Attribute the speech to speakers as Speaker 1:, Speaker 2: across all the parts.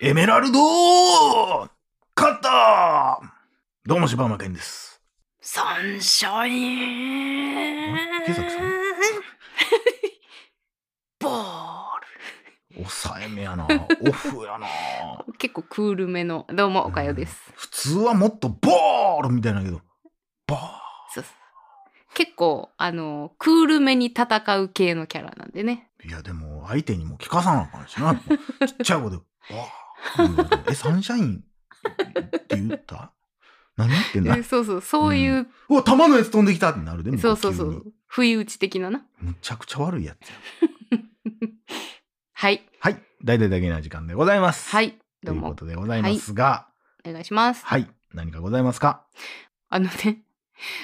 Speaker 1: エメラルドー勝ったどうも、柴山健です。
Speaker 2: サンシャイン
Speaker 1: あれ池崎さん
Speaker 2: ボー
Speaker 1: 抑えめやな。オフやな。
Speaker 2: ル結構クールめのどうもおかよです、
Speaker 1: 普通はもっとボールみたいだけど、ボー
Speaker 2: そうそう結構あのクールめに戦う系のキャラなんでね
Speaker 1: ル。いや、でも、相手にも聞かさなあかんしな。ちっちゃい声で、ボール。え、サンシャインって言った何言ってんだ
Speaker 2: えそうそうそういう、
Speaker 1: うわ、玉のやつ飛んできたってなるでも。
Speaker 2: そうそうそ
Speaker 1: 急に
Speaker 2: う不意打ち的なな
Speaker 1: むちゃくちゃ悪いやつや。
Speaker 2: はい
Speaker 1: はい。大々だけな時間でございます。。
Speaker 2: はいい
Speaker 1: と
Speaker 2: どう
Speaker 1: いうこ
Speaker 2: も
Speaker 1: とでございますが、
Speaker 2: お願いします
Speaker 1: はい。何かございますか
Speaker 2: あのね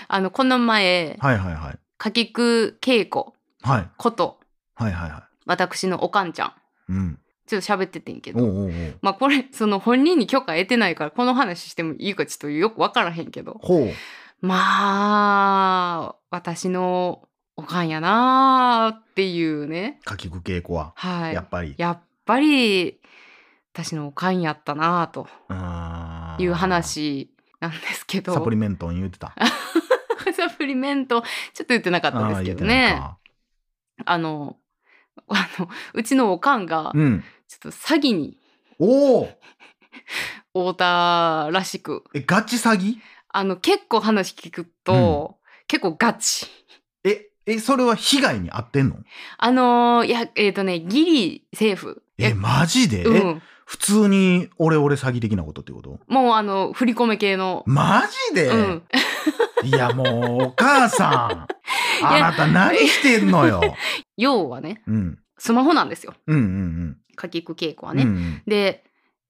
Speaker 2: あのこの前、
Speaker 1: はいはいはい。
Speaker 2: かきくけいこ
Speaker 1: はい。
Speaker 2: こと
Speaker 1: はいはいは
Speaker 2: 私のおかんちゃん
Speaker 1: い。うん。
Speaker 2: ちょっと喋っててんけど
Speaker 1: おうおうおう。
Speaker 2: まあこれその本人に許可得てないからこの話してもいいかちょっとよく分からへんけど
Speaker 1: ほう。
Speaker 2: まあ私のおかんやなーっていうね
Speaker 1: かきく稽古は。
Speaker 2: はい
Speaker 1: やっぱり。
Speaker 2: やっぱり私のおかんやったなーと
Speaker 1: あー
Speaker 2: いう。話なんですけど
Speaker 1: サプリメントン言うてた。
Speaker 2: サプリメントちょっと言ってなかったんですけどね
Speaker 1: あ
Speaker 2: あの あのうちのおかん
Speaker 1: ー
Speaker 2: が
Speaker 1: 言うてないか
Speaker 2: ちょっと詐欺に
Speaker 1: うん。おお。
Speaker 2: 遭うたらしく
Speaker 1: え、ガチ詐欺
Speaker 2: あの結構話聞くと、結構ガチ。
Speaker 1: え、え、それは被害に遭ってんの
Speaker 2: あのーいや、えっ、とね、ギリセーフ。
Speaker 1: え、マジで、
Speaker 2: う
Speaker 1: え、
Speaker 2: ん。
Speaker 1: 普通にオレオレ詐欺的なことってこと
Speaker 2: もう、あの、振り込め系の。
Speaker 1: マジで、
Speaker 2: うん。
Speaker 1: いやもうお母さ んあなた何してんのよ。
Speaker 2: 要はね、
Speaker 1: うん
Speaker 2: スマホなんですよ。
Speaker 1: うんうん
Speaker 2: かきく稽古は
Speaker 1: うん。
Speaker 2: ね、
Speaker 1: うん
Speaker 2: で、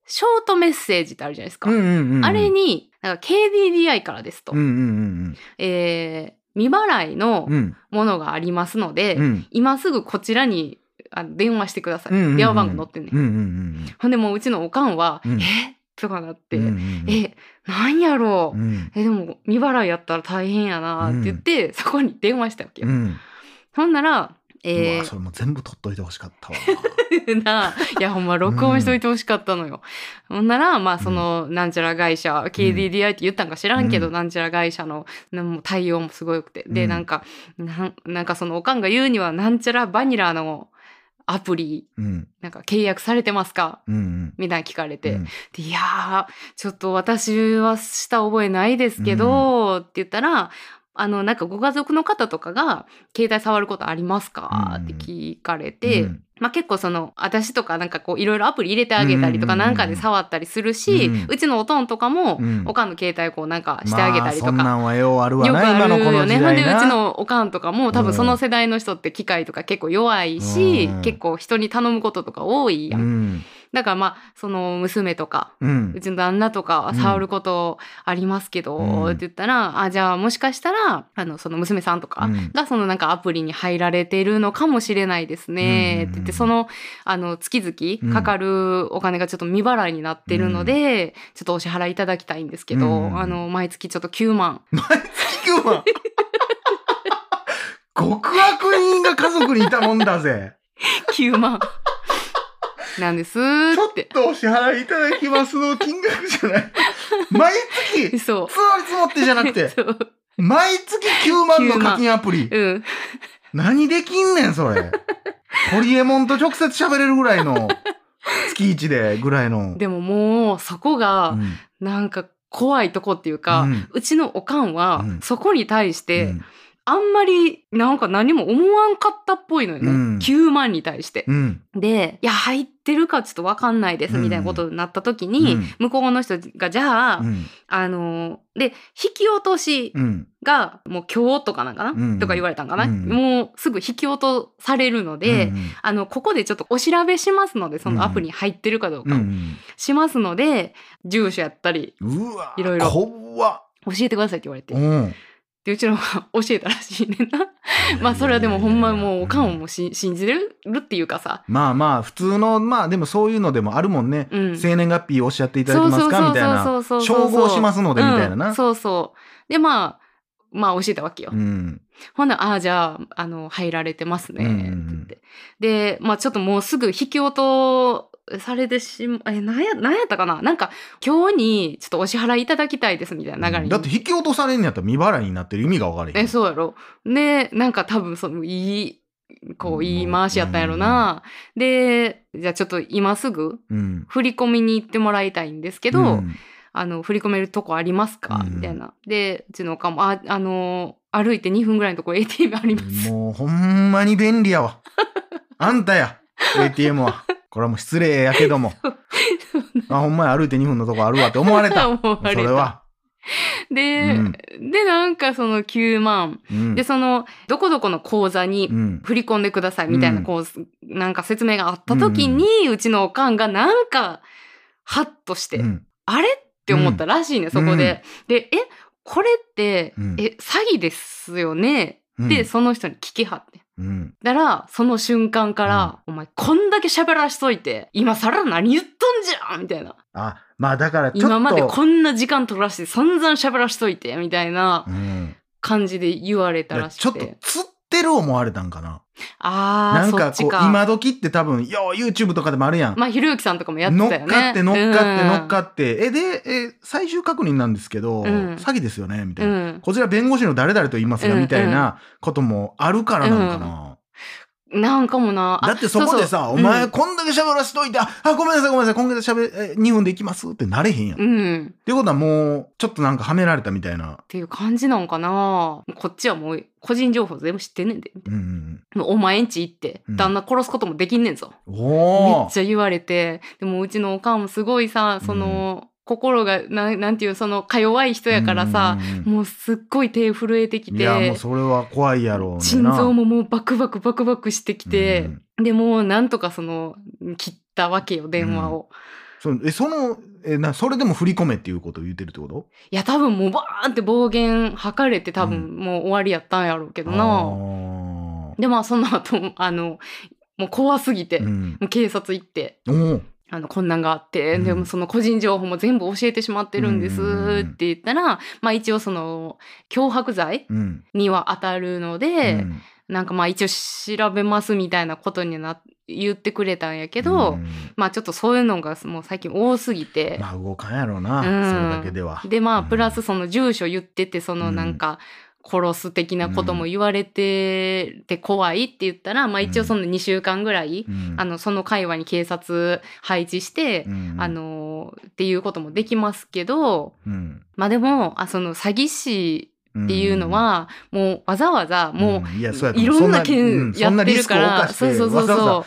Speaker 2: ショートメッセージってあるじゃないですか。
Speaker 1: うんうんうん。
Speaker 2: あれ。に、なんか KDDI からですと、
Speaker 1: うんうん
Speaker 2: えー未払いの
Speaker 1: うんうん。うん
Speaker 2: ものがありますので、
Speaker 1: うん
Speaker 2: 今すぐこちらにあの電話してください。
Speaker 1: うんうんうん
Speaker 2: 電話番号載ってんね、
Speaker 1: うんうんうん。
Speaker 2: ほんでもううちのおかんは、
Speaker 1: うん
Speaker 2: えとかなって、
Speaker 1: うんうんうん、
Speaker 2: え、なんやろう、
Speaker 1: うん
Speaker 2: えでも未払いやったら大変やなって言って、そこに電話したわけ
Speaker 1: う
Speaker 2: よ。
Speaker 1: ん。
Speaker 2: ほんなら
Speaker 1: う
Speaker 2: え
Speaker 1: わそれも全部取っといてほしか ったわ。
Speaker 2: ー、 ないやほんま録音しといてほしかったのよ。ほんならまあそのなんちゃら会社 KDDI って言ったんか知らんけど、
Speaker 1: うん
Speaker 2: なんちゃら会社のなんも対応もすごよくてで、
Speaker 1: うん
Speaker 2: なんかなんなんかそのおかんが言うにはなんちゃらバニラのアプリ
Speaker 1: うん
Speaker 2: なんか契約されてますか
Speaker 1: うんうん。
Speaker 2: みたいな聞かれて、
Speaker 1: うん
Speaker 2: でいやーちょっと私はした覚えないですけど、って言ったらあのなんかご家族の方とかが「携帯触ることありますか?」
Speaker 1: うん
Speaker 2: って聞かれて、
Speaker 1: うん
Speaker 2: まあ、結構その私とかなんかこういろいろアプリ入れてあげたりとか
Speaker 1: うん
Speaker 2: なんかで触ったりするし、
Speaker 1: う
Speaker 2: うんちのおとんとかも、
Speaker 1: うん
Speaker 2: おかんの携帯こうなんかしてあげたりとか。
Speaker 1: まあ、そんなんはようあるわ
Speaker 2: よく
Speaker 1: な、
Speaker 2: あ
Speaker 1: 今の
Speaker 2: る
Speaker 1: この
Speaker 2: よ
Speaker 1: 時
Speaker 2: ね。ほん
Speaker 1: 代
Speaker 2: で
Speaker 1: な。
Speaker 2: うちのおかんとかも多分その世代の人って機械とか結構弱いし、
Speaker 1: うん
Speaker 2: 結構人に頼むこととか多いやん。
Speaker 1: うん
Speaker 2: だからまあその娘とか
Speaker 1: うん
Speaker 2: うちの旦那とか触ることありますけど、
Speaker 1: うん
Speaker 2: って言ったら、あ、じゃあもしかしたら、あの、その娘さんとか
Speaker 1: うん
Speaker 2: が、そのなんかアプリに入られてるのかもしれないですね、
Speaker 1: うん
Speaker 2: って言って、その、あの、月々かかるお金がちょっと未払いになってるので、ちょっとお支払いいただきたいんですけど、
Speaker 1: うん
Speaker 2: あの、毎月ちょっと9万。
Speaker 1: 聞くわ極悪人が家族にいたもんだぜ。
Speaker 2: 9万。なんで
Speaker 1: ち
Speaker 2: す
Speaker 1: ょ
Speaker 2: っ。
Speaker 1: ってとお支払いいただきますの金額じゃない。毎 月、つ
Speaker 2: そう。
Speaker 1: わり積もってじゃなくて、
Speaker 2: そう。
Speaker 1: 毎月9万の課金アプリ。
Speaker 2: うん。
Speaker 1: 何できんねん、そ れ。ホリエモンと直接喋れるぐらいの、月1でぐらいの。
Speaker 2: でももう、そこ
Speaker 1: う
Speaker 2: が、
Speaker 1: ん
Speaker 2: なんか怖いとこっていうか、
Speaker 1: うん
Speaker 2: うちのおかんは
Speaker 1: うん
Speaker 2: そこに対して、
Speaker 1: うん
Speaker 2: あんまりなんか何も思わんかったっぽいのよね、
Speaker 1: うん
Speaker 2: 9万に対して。
Speaker 1: うん。
Speaker 2: で「いや入ってるかちょっと分かんないです」みたいなことになった時に、
Speaker 1: うん
Speaker 2: 向こうの人が「じゃあ、
Speaker 1: うん。
Speaker 2: あのーで引き落とし
Speaker 1: うん。
Speaker 2: がもう今日とかなんかな、
Speaker 1: うん
Speaker 2: とか言われたんかな、
Speaker 1: うん
Speaker 2: もうすぐ引き落とされるので。
Speaker 1: うん
Speaker 2: あのここでちょっとお調べしますのでそのアプリに入ってるかどう
Speaker 1: う
Speaker 2: か
Speaker 1: ん。
Speaker 2: しますので、住所やったり
Speaker 1: うわ
Speaker 2: いろいろ
Speaker 1: 怖っ。
Speaker 2: 教えてくださいって言われて
Speaker 1: うん。
Speaker 2: でうちのが教えたらしいねんなまあそれはでもほんまもうおかんをもうし信じれるっていうかさ
Speaker 1: まあまあ普通のまあでもそういうのでもあるもんね、
Speaker 2: うん
Speaker 1: 生年月日おっしゃっていただけますかみたいな
Speaker 2: そうそうそうそうそう
Speaker 1: 照合しますのでみたいな
Speaker 2: う、
Speaker 1: なん
Speaker 2: そうそうでまあまあ教えたわけよ、
Speaker 1: うん
Speaker 2: ほんならああじゃああの入られてますね」
Speaker 1: う
Speaker 2: っ
Speaker 1: ん
Speaker 2: て言って、でまあちょっともうすぐ引き落とされてしまえなんやなんやったかななんか今日にちょっとお支払いいただきたいですみたいな流れに
Speaker 1: だって引き落とされんのやったら未払いになってる意味が分からへん
Speaker 2: えそうやろでなんか多分そのいいこ
Speaker 1: う
Speaker 2: うん言い回しやったんやろな、でじゃあちょっと今すぐ
Speaker 1: うん
Speaker 2: 振り込みに行ってもらいたいんですけど、
Speaker 1: うん
Speaker 2: あの振り込めるとこありますか、
Speaker 1: うん
Speaker 2: みたいなでうちのおかんもああの歩いて2分ぐらいのとこ ATM あります
Speaker 1: もうほんまに便利や わあんたや ATM はこれはもう失礼やけど もあほんまや歩いて2分のとこあるわって思われ た
Speaker 2: 思われ
Speaker 1: そ
Speaker 2: た
Speaker 1: れは、
Speaker 2: で、でなんかその9万、
Speaker 1: うん、
Speaker 2: でそのどこどこの口座に
Speaker 1: うん
Speaker 2: 振り込んでくださいみたいな、
Speaker 1: うん
Speaker 2: こうなんか説明があった時に、うちのおかんがなんかハッとして、
Speaker 1: うん
Speaker 2: あれって思ったらしいね、そこで。でえこれって、
Speaker 1: うん
Speaker 2: え詐欺ですよね
Speaker 1: うん
Speaker 2: って、その人に聞きはって。
Speaker 1: うん、
Speaker 2: だからその瞬間から、お前こんだけ喋らしといて今更何言っとんじゃんみたいな
Speaker 1: あまあだからちょっと
Speaker 2: 今までこんな時間取らして散々喋らしといてみたいな
Speaker 1: うん、
Speaker 2: 感じで言われ
Speaker 1: だ
Speaker 2: た
Speaker 1: からら
Speaker 2: し
Speaker 1: ちょ
Speaker 2: く
Speaker 1: っと
Speaker 2: て
Speaker 1: つってる思われたんかな
Speaker 2: ああ
Speaker 1: なん
Speaker 2: そ
Speaker 1: か
Speaker 2: っち
Speaker 1: こう
Speaker 2: か
Speaker 1: 今時って多分よう YouTube とかでもあるやん、
Speaker 2: まあひろゆきさんとかもやって
Speaker 1: 乗った
Speaker 2: よね
Speaker 1: かって乗っかって乗っ
Speaker 2: っ
Speaker 1: かって、えでえ最終確認なんですけど、
Speaker 2: ん
Speaker 1: 詐欺ですよねみた
Speaker 2: う
Speaker 1: いな、
Speaker 2: ん、
Speaker 1: こちら弁護士の誰々と言いますが、
Speaker 2: うん
Speaker 1: みたいなこともあるからなんかな、
Speaker 2: うん、なんかもなあ
Speaker 1: だってそこでさ
Speaker 2: そ
Speaker 1: お
Speaker 2: うそう
Speaker 1: 前、
Speaker 2: うん
Speaker 1: こんだけ喋らしといてああごめんなさいごめんなさい今月しゃべえ2分で行きますってなれへんやん、
Speaker 2: う
Speaker 1: っ
Speaker 2: ん
Speaker 1: てことはもうちょっとなんかはめられたみたいな
Speaker 2: っていう感じなんかなこっちはもう個人情報全部知ってんねんでみた
Speaker 1: う
Speaker 2: い
Speaker 1: んうん
Speaker 2: なお前んち行って
Speaker 1: うん
Speaker 2: 旦那殺すこともできんねんぞ、
Speaker 1: うん
Speaker 2: め
Speaker 1: お
Speaker 2: っ
Speaker 1: ー
Speaker 2: ちゃ言われてでもうちのおかんもすごいさその、心がなんなんていうそのか弱い人やからさ、
Speaker 1: うんうんうん
Speaker 2: もうすっごい手震えてきて
Speaker 1: いやもうそれは怖いやろうね
Speaker 2: 心臓ももうバクバクバクバクしてきて、でもうなんとかその切ったわけよ電話を、
Speaker 1: そのえそのえなそれでも振り込めっていうことを言ってるってこと
Speaker 2: いや多分もうバーンって暴言吐かれて多
Speaker 1: う
Speaker 2: 分もう終わりやったんやろうけど
Speaker 1: あ
Speaker 2: な、
Speaker 1: ー
Speaker 2: でまあその後あのもう怖すぎて、
Speaker 1: う
Speaker 2: も
Speaker 1: ん、
Speaker 2: う警察行って
Speaker 1: おー
Speaker 2: あのこんなんがあって、
Speaker 1: うん
Speaker 2: でもその個人情報も全部教えてしまってるんです
Speaker 1: うんうんうん
Speaker 2: って言ったら、まあ一応その脅迫罪
Speaker 1: うん
Speaker 2: には当たるの
Speaker 1: う
Speaker 2: で、
Speaker 1: ん
Speaker 2: なんかまあ一応調べますみたいなことにな言ってくれたんやけ
Speaker 1: う
Speaker 2: ど、
Speaker 1: ん
Speaker 2: まあちょっとそういうのがもう最近多すぎて、
Speaker 1: まあ動かんやろうな、
Speaker 2: うん
Speaker 1: それだけでは。
Speaker 2: でまあ
Speaker 1: うん
Speaker 2: プラスその住所言っててそのなんか殺す的なことも言われてて怖いって言ったら、まあ一応その2週間ぐらい、
Speaker 1: うん
Speaker 2: あのその界隈に警察配置して、
Speaker 1: うん
Speaker 2: あのっていうこともできますけど
Speaker 1: うん
Speaker 2: まあでもあその詐欺師
Speaker 1: うん
Speaker 2: っていうのは、もうわざわざも
Speaker 1: んいやそうや
Speaker 2: う
Speaker 1: と
Speaker 2: い
Speaker 1: 思う
Speaker 2: ろんな
Speaker 1: そ
Speaker 2: 件
Speaker 1: ん
Speaker 2: や
Speaker 1: そんな
Speaker 2: って
Speaker 1: リ
Speaker 2: る
Speaker 1: スクを
Speaker 2: から、
Speaker 1: 冒して
Speaker 2: そうそうそ
Speaker 1: わ
Speaker 2: うそう
Speaker 1: ざわ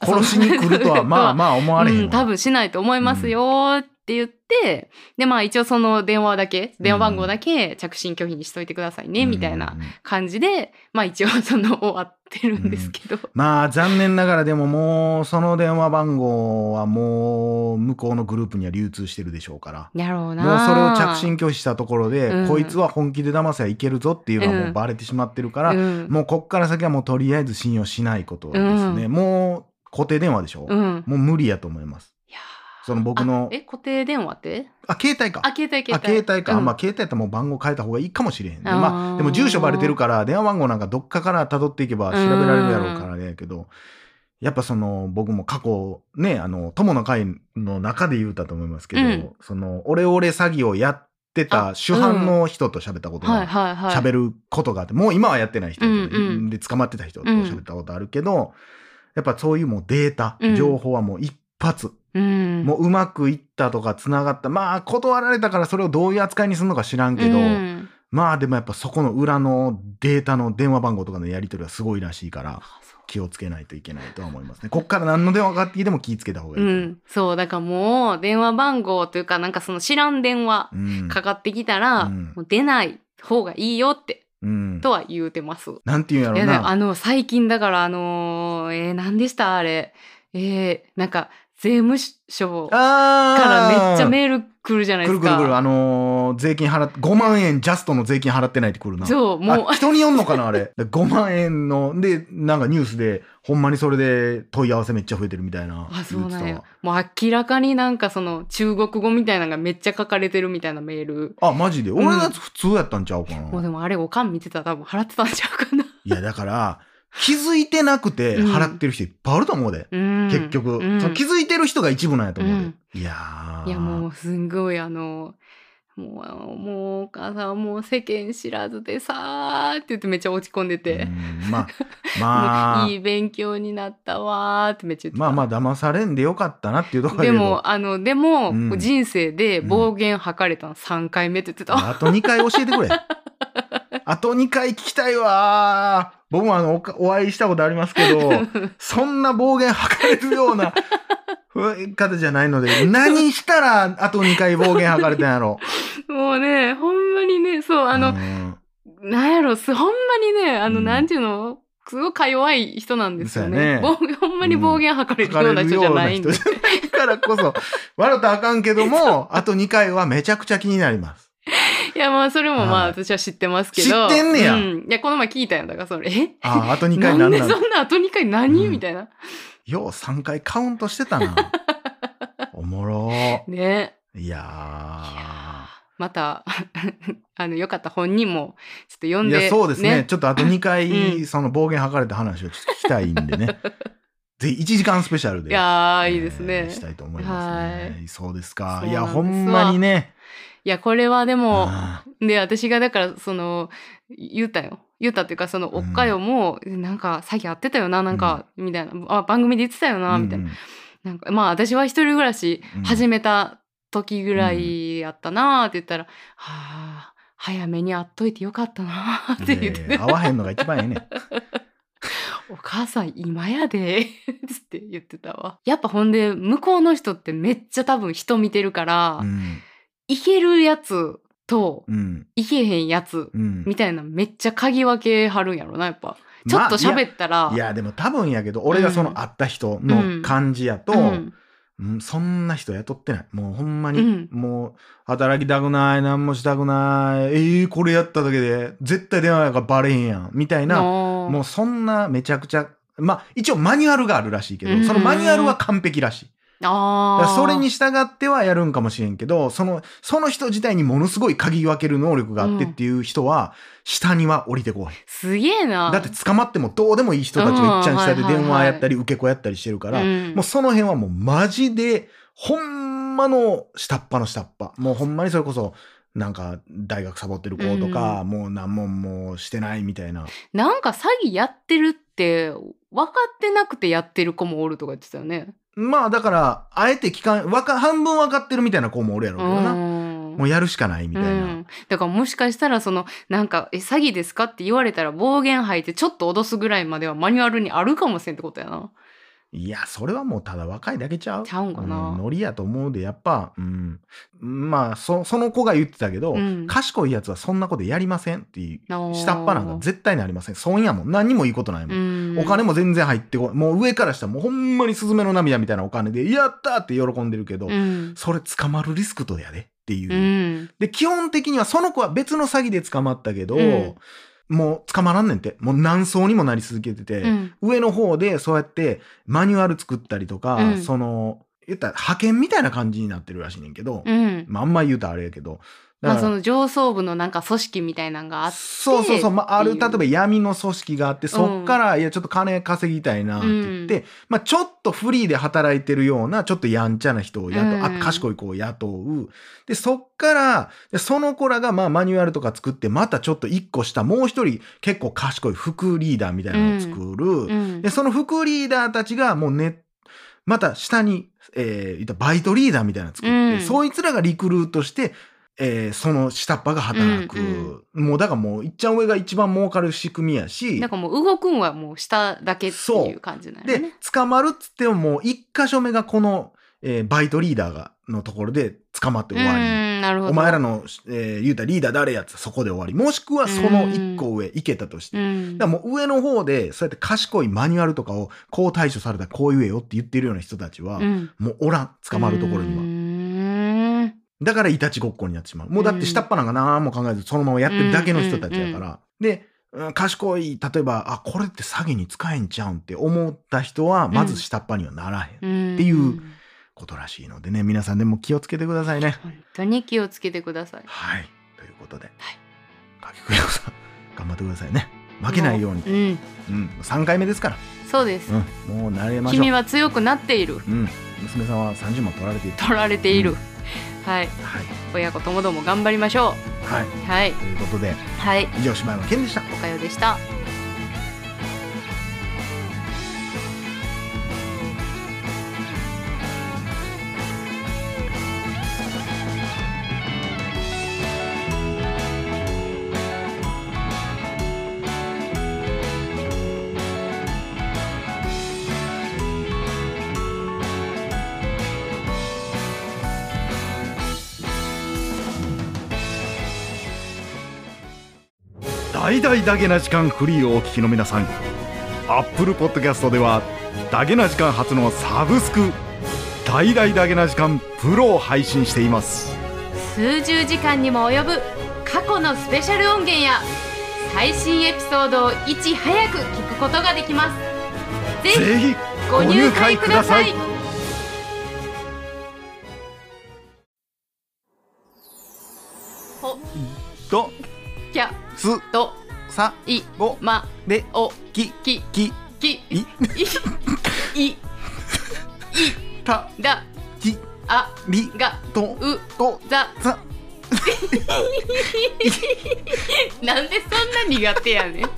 Speaker 1: ざ殺しに来るとは まあまあ思われへんわ、
Speaker 2: うん、多分しないと思いますよって言って、でまあ一応その電話だけ電話番号だけ着信拒否にしといてくださいね、みたい
Speaker 1: うん
Speaker 2: な
Speaker 1: うんうん
Speaker 2: 感じでまあ一応その終わってるんですけど、
Speaker 1: まあ残念ながらでももうその電話番号はもう向こうのグループには流通してるでしょうから
Speaker 2: やろうな
Speaker 1: もうそれを着信拒否したところで、
Speaker 2: うん
Speaker 1: こいつは本気で騙せばいけるぞっていうのはもううんバレてしまってるから、
Speaker 2: うん
Speaker 1: もうこっから先はもうとりあえず信用しないことですね、
Speaker 2: う
Speaker 1: もう固定電話でしょ、
Speaker 2: うん
Speaker 1: もう無理やと思います
Speaker 2: いやー
Speaker 1: その僕の
Speaker 2: あえ固定電話って
Speaker 1: あ携帯か
Speaker 2: あ携帯携帯
Speaker 1: あ携帯か、
Speaker 2: うん
Speaker 1: まあ携帯やったらもう番号変えた方がいいかもしれへんね、
Speaker 2: あー
Speaker 1: まあでも住所バレてるから電話番号なんかどっかから辿っていけば調べられるやろうからねやけどやっぱその僕も過去ねあの友の会の中で言うたと思いますけど、
Speaker 2: うん
Speaker 1: そのオレオレ詐欺をやってた主犯の人と喋ったこと
Speaker 2: は
Speaker 1: が
Speaker 2: いはいはい
Speaker 1: 喋ることがあって、もう今はやってない人やけど、
Speaker 2: うんうん
Speaker 1: で捕まってた人と喋ったことあるけど、やっぱそういうもうデータ、
Speaker 2: うん
Speaker 1: 情報はもう一発
Speaker 2: うん
Speaker 1: もううまくいったとかつながったまあ断られたからそれをどういう扱いにするのか知らんけど、
Speaker 2: うん
Speaker 1: まあでもやっぱそこの裏のデータの電話番号とかのやり取りはすごいらしいから
Speaker 2: あそう
Speaker 1: 気をつけないといけないとは思いますねこっから何の電話がかかってきても気をつけた方がいうい、
Speaker 2: ん、そうだからもう電話番号というかなんかその知らん電話
Speaker 1: うん
Speaker 2: かかってきたら、
Speaker 1: うん
Speaker 2: もう出ない方がいいよって
Speaker 1: うん
Speaker 2: とは言うてます。
Speaker 1: なんて言うん
Speaker 2: い
Speaker 1: やろ
Speaker 2: や
Speaker 1: う
Speaker 2: だから
Speaker 1: な
Speaker 2: あの最近だからあのーえー、何でしたあれえー、なんか税務署か
Speaker 1: あ
Speaker 2: らめっちゃ
Speaker 1: ー
Speaker 2: メール来るじゃない
Speaker 1: く
Speaker 2: で
Speaker 1: る
Speaker 2: す
Speaker 1: く
Speaker 2: か。
Speaker 1: るくるあのー税金払って5万円ジャストの税金払ってないってくるな
Speaker 2: そうもう
Speaker 1: あ人によんのかなあれ5万円のでなんかニュースでほんまにそれで問い合わせめっちゃ増えてるみたいな
Speaker 2: あそうなん
Speaker 1: 言ってた
Speaker 2: や
Speaker 1: わ
Speaker 2: もう明らかになんかその中国語みたいなのがめっちゃ書かれてるみたいなメール。
Speaker 1: あマジで
Speaker 2: ん
Speaker 1: 俺のやつ普通やったんちゃうかな、
Speaker 2: もうでもあれおかん見てたら多分払ってたんちゃうかな。
Speaker 1: いやだから気づいてなくて払ってる人いっぱいあると思うで。
Speaker 2: うん
Speaker 1: 結局、
Speaker 2: うん
Speaker 1: その気づいてる人が一部なんやと思うで。
Speaker 2: うん
Speaker 1: いやー。
Speaker 2: いやもうすんごいあのもうもうお母さんもう世間知らずでさーって言ってめっちゃ落ち込んで
Speaker 1: う
Speaker 2: て、
Speaker 1: んまあ、
Speaker 2: も
Speaker 1: まあ
Speaker 2: うい、い勉強になったわーってめっちゃ言ってた
Speaker 1: まあまあ、騙されんでよかったなっていうところや
Speaker 2: で
Speaker 1: けど
Speaker 2: もあのでも、
Speaker 1: うん
Speaker 2: 人生で暴言吐かれたの3回目って言ってた、
Speaker 1: あと2回教えて くれ。あと2回聞きたいわー。僕もあのおかお会いしたことありますけど、 そんな暴言吐かれるよう な方じゃないので、何したらあと2回暴言吐かれたんやろ。
Speaker 2: もうねほんまにねそうあの、
Speaker 1: の、
Speaker 2: なんやろす ほんまにねあの、
Speaker 1: うん
Speaker 2: なんていうのすごいか弱い人なんですよ
Speaker 1: そう
Speaker 2: ね
Speaker 1: やね
Speaker 2: 暴ほんまに暴言吐かれるような人じゃないんで、
Speaker 1: うん吐かれるような人じゃないからこそ、笑ったらあかんけども、あと2回はめちゃくちゃ気になります。
Speaker 2: いやまあそれもまあ
Speaker 1: はい
Speaker 2: 私は知ってますけど
Speaker 1: 知ってんねや
Speaker 2: うん、いやこの前聞いたよだからそれえ
Speaker 1: ああ、あと2
Speaker 2: な
Speaker 1: 回
Speaker 2: ん
Speaker 1: なん
Speaker 2: で
Speaker 1: な
Speaker 2: そ
Speaker 1: ん
Speaker 2: ん
Speaker 1: だ。
Speaker 2: なあと2回何、
Speaker 1: うん
Speaker 2: みたいな
Speaker 1: よう3回カウントしてたな。 おもろ
Speaker 2: ね
Speaker 1: いや
Speaker 2: いや
Speaker 1: ー
Speaker 2: ーまた あのよかった本人もちょっと読ん
Speaker 1: い
Speaker 2: で
Speaker 1: や、そうですね。ちょっとあと2
Speaker 2: う
Speaker 1: 回、その暴言吐かれた話をちょっと聞きたいんで ね。ぜひ1時間スペシャルで。
Speaker 2: いやー
Speaker 1: えー
Speaker 2: いいですね、
Speaker 1: したいと思いますね。そうですか。
Speaker 2: そうなん
Speaker 1: いや、
Speaker 2: です
Speaker 1: ほんまにね。
Speaker 2: いやこれはでも
Speaker 1: あ
Speaker 2: で私がだからその言ったよ言ったっていうかそのおっかよも、なんか詐欺やってたよななんか、みたいなあ番組で言ってたよな、
Speaker 1: ー
Speaker 2: みたいな
Speaker 1: うん
Speaker 2: なんかまあ私は一人暮らし
Speaker 1: うん
Speaker 2: 始めた時ぐらいやったなーって言ったら、はあ早めに会っといてよかったなーって言って、
Speaker 1: いやいや会わへんのが一番ええね。
Speaker 2: お母さん今やでつって言ってたわやっぱほんで向こうの人ってめっちゃ多分人見てるから、
Speaker 1: うん。
Speaker 2: いけるやつと
Speaker 1: うん。
Speaker 2: いけへんやつ
Speaker 1: うん。
Speaker 2: みたいなめっちゃ鍵分けはるんやろなやっぱちょ
Speaker 1: ま
Speaker 2: っ
Speaker 1: あ
Speaker 2: と
Speaker 1: いや
Speaker 2: 喋ったら、
Speaker 1: いや、でも多分やけど、俺がそ
Speaker 2: うん
Speaker 1: の会った人の感じやと、
Speaker 2: うん
Speaker 1: うんそんな人雇ってない。もうほんまに、
Speaker 2: うん
Speaker 1: もう働きたくない、何もしたくない、えー、これやっただけで、絶対電話がバレへんやん、みたいな、
Speaker 2: もう
Speaker 1: もうそんなめちゃくちゃ、まあ一応マニュアルがあるらしいけ
Speaker 2: うん
Speaker 1: ど、そのマニュアルは完璧らしい。だから
Speaker 2: あー
Speaker 1: それに従ってはやるんかもしれんけど、その、その人自体にものすごい鍵分ける能力があってっていう人は、下には降りてこない。
Speaker 2: すげえな
Speaker 1: だって捕まってもどうでもいい人たちがいっちゃん下で電話やったり受け子やったりしてるから
Speaker 2: う、ん
Speaker 1: もうその辺はもうマジで、ほんまの下っ端の下っ端。もうほんまにそれこそ、なんか大学サボってる子とか、もう何ももうしてないみたいな。
Speaker 2: なんか詐欺やってるって分かってなくてやってる子もおるとか言ってたよね。
Speaker 1: まあだから、あえて聞かん、わか、半分わかってるみたいな子もおるやろうけどな。
Speaker 2: うん
Speaker 1: もうやるしかないみたいな。
Speaker 2: うん、だからもしかしたらそのなんか「え詐欺ですか?」って言われたら暴言吐いてちょっと脅すぐらいまではマニュアルにあるかもしれんってことやな。
Speaker 1: いや、それはもうただ若いだけちゃう。
Speaker 2: ちゃうんかな
Speaker 1: うんノリやと思うで、やっぱ、うん。まあ、そ、その子が言ってたけど、
Speaker 2: うん
Speaker 1: 賢いやつはそんなことやりませんっていう。下っ端なんか
Speaker 2: か
Speaker 1: 絶対にありません。損やもん。何にもいいことないもん
Speaker 2: うん、
Speaker 1: お金も全然入ってこもう上からしたらもうほんまにスズメの涙みたいなお金で、やったーって喜んでるけど、
Speaker 2: うん
Speaker 1: それ捕まるリスクとやでっていう。
Speaker 2: うん
Speaker 1: で、基本的にはその子は別の詐欺で捕まったけど、
Speaker 2: うん
Speaker 1: もう捕まらんねんて。もう何層にもなり続けてて、
Speaker 2: うん
Speaker 1: 上の方でそうやってマニュアル作ったりとか、
Speaker 2: うん
Speaker 1: その、言ったら派遣みたいな感じになってるらしいねんけど、
Speaker 2: うん
Speaker 1: まああんま言うたらあれやけど、だか
Speaker 2: まあ
Speaker 1: ら
Speaker 2: その上層部のなんか組織みたいなんがあって
Speaker 1: そうそうそう、まあ、あ
Speaker 2: っ
Speaker 1: る
Speaker 2: てい
Speaker 1: 例
Speaker 2: う
Speaker 1: えば闇の組織があってそっから、いやちょっと金稼ぎたいなって言って、まあ、ちょっとフリーで働いてるようなちょっとやんちゃな人を雇う、
Speaker 2: うん
Speaker 1: あ賢い子を雇うでそっからでその子らがまあマニュアルとか作ってまたちょっと一個下もう一人結構賢い副リーダーみたいなのを作る、
Speaker 2: うん
Speaker 1: でその副リーダーたちがもうねまた下に、えー言ったらバイトリーダーみたいなの作って、
Speaker 2: うん
Speaker 1: そいつらがリクルートして、えーその下っ端が働く、
Speaker 2: うん
Speaker 1: もうだからもういっちゃん上が一番儲かる仕組みやし
Speaker 2: なんかもう動くんはもう下だけっていう感じなんや
Speaker 1: で
Speaker 2: ね。
Speaker 1: 捕まるっつってももう一箇所目がこの、えーバイトリーダーがのところで捕まって
Speaker 2: う
Speaker 1: 終わり。
Speaker 2: んなるほど
Speaker 1: お前らの、えー言うたらリーダー誰やっつったらそこで終わり。もしくはその一個上行けたとして
Speaker 2: う。ん
Speaker 1: だからもう上の方でそうやって賢いマニュアルとかをこう対処されたらこう言えよって言ってるような人たちは、
Speaker 2: うん
Speaker 1: もうおらん捕まるところには
Speaker 2: は。
Speaker 1: だからいたちごっこになってしまうもうだって下っ端なんか何も考えずそのままやってるだけの人たちやから、で、うん賢い例えばあこれって詐欺に使えんちゃうんって思った人はまず下っ端にはならへん
Speaker 2: って
Speaker 1: いうことらしいのでね皆さんでも気をつけてくださいね
Speaker 2: 本当に気をつけてください。
Speaker 1: はいということで、
Speaker 2: はい
Speaker 1: かきくよさん頑張ってくださいね負けないように
Speaker 2: う、ん、
Speaker 1: うん、3回目ですから、
Speaker 2: そうです、
Speaker 1: うん、もう慣れましょ
Speaker 2: 君
Speaker 1: う、
Speaker 2: は強くなっている
Speaker 1: うん、娘さんは30万取られていた
Speaker 2: 取られている、
Speaker 1: うん
Speaker 2: はい
Speaker 1: はい、
Speaker 2: 親子ともども頑張りましょ
Speaker 1: はい、
Speaker 2: うはい
Speaker 1: ということで
Speaker 2: はい
Speaker 1: 以上柴山健でした
Speaker 2: おかよでした
Speaker 1: 大々だけな時間フリーをお聞きの皆さん Apple Podcast ではだけな時間初のサブスク大々だけな時間プロを配信しています
Speaker 2: 数十時間にも及ぶ過去のスペシャル音源や最新エピソードをいち早く聞くことができますぜひ
Speaker 1: ぜひ
Speaker 2: ご入会くださ
Speaker 1: ご入会
Speaker 2: い
Speaker 1: く
Speaker 2: ほ
Speaker 1: ど
Speaker 2: きゃ
Speaker 1: す
Speaker 2: と
Speaker 1: さ
Speaker 2: い
Speaker 1: ぼ
Speaker 2: ま
Speaker 1: で
Speaker 2: お
Speaker 1: き
Speaker 2: き
Speaker 1: き
Speaker 2: き
Speaker 1: い
Speaker 2: いい
Speaker 1: た
Speaker 2: だ
Speaker 1: き
Speaker 2: あ
Speaker 1: り
Speaker 2: が
Speaker 1: と
Speaker 2: う
Speaker 1: と
Speaker 2: ざ
Speaker 1: さ
Speaker 2: なんでそんな苦手やねん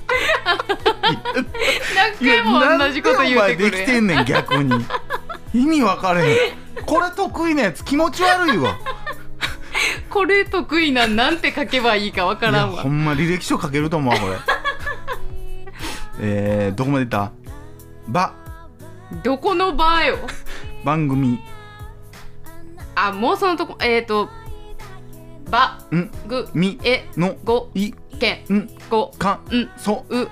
Speaker 2: 何回も同じこと言うてく
Speaker 1: なんでお前で
Speaker 2: る
Speaker 1: き
Speaker 2: や
Speaker 1: て
Speaker 2: ん
Speaker 1: んねん逆 に意味分かれへんこれ得意なやつ気持ち悪いわ
Speaker 2: これ得意なんなんて書けばいいかわからん
Speaker 1: いや
Speaker 2: わ
Speaker 1: ほんま履歴書書けると思うわ これえー、どこまでいったば
Speaker 2: どこの場よ
Speaker 1: 番組
Speaker 2: あもうそのとこえっ、ー、とば
Speaker 1: ん
Speaker 2: ぐ
Speaker 1: み
Speaker 2: え
Speaker 1: の
Speaker 2: ご
Speaker 1: い
Speaker 2: けん
Speaker 1: ん
Speaker 2: ご
Speaker 1: か
Speaker 2: うん
Speaker 1: そうう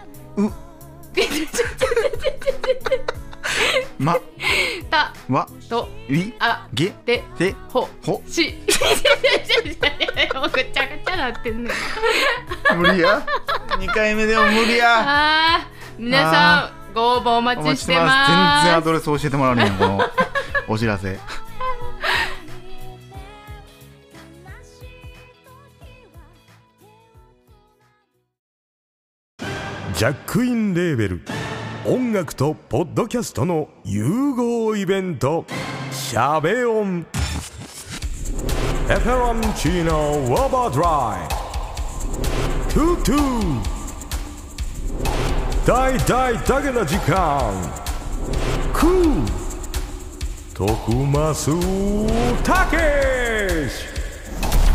Speaker 1: ま
Speaker 2: た
Speaker 1: わ
Speaker 2: と
Speaker 1: り
Speaker 2: あ
Speaker 1: げ
Speaker 2: で
Speaker 1: て
Speaker 2: ほ
Speaker 1: ほ
Speaker 2: し もうぐちゃぐちゃなってんねん
Speaker 1: 無理 や2回目でも無理や
Speaker 2: あー皆さんご応募お待ちしてます
Speaker 1: 全然アドレス教えてもらうねんこのお知らせ
Speaker 3: ジャックインレーベル音楽とポッドキャストの融合イベント「シャベオン」「エフェロンチーノウォーバードライ」「トゥトゥ」「大大だけな時間」「クー」「徳マスたけし」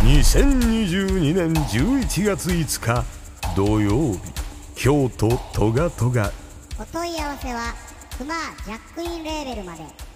Speaker 3: 2022年11月5日土曜日京都トガトガ
Speaker 4: お問い合わせはクマージャックインレーベルまで。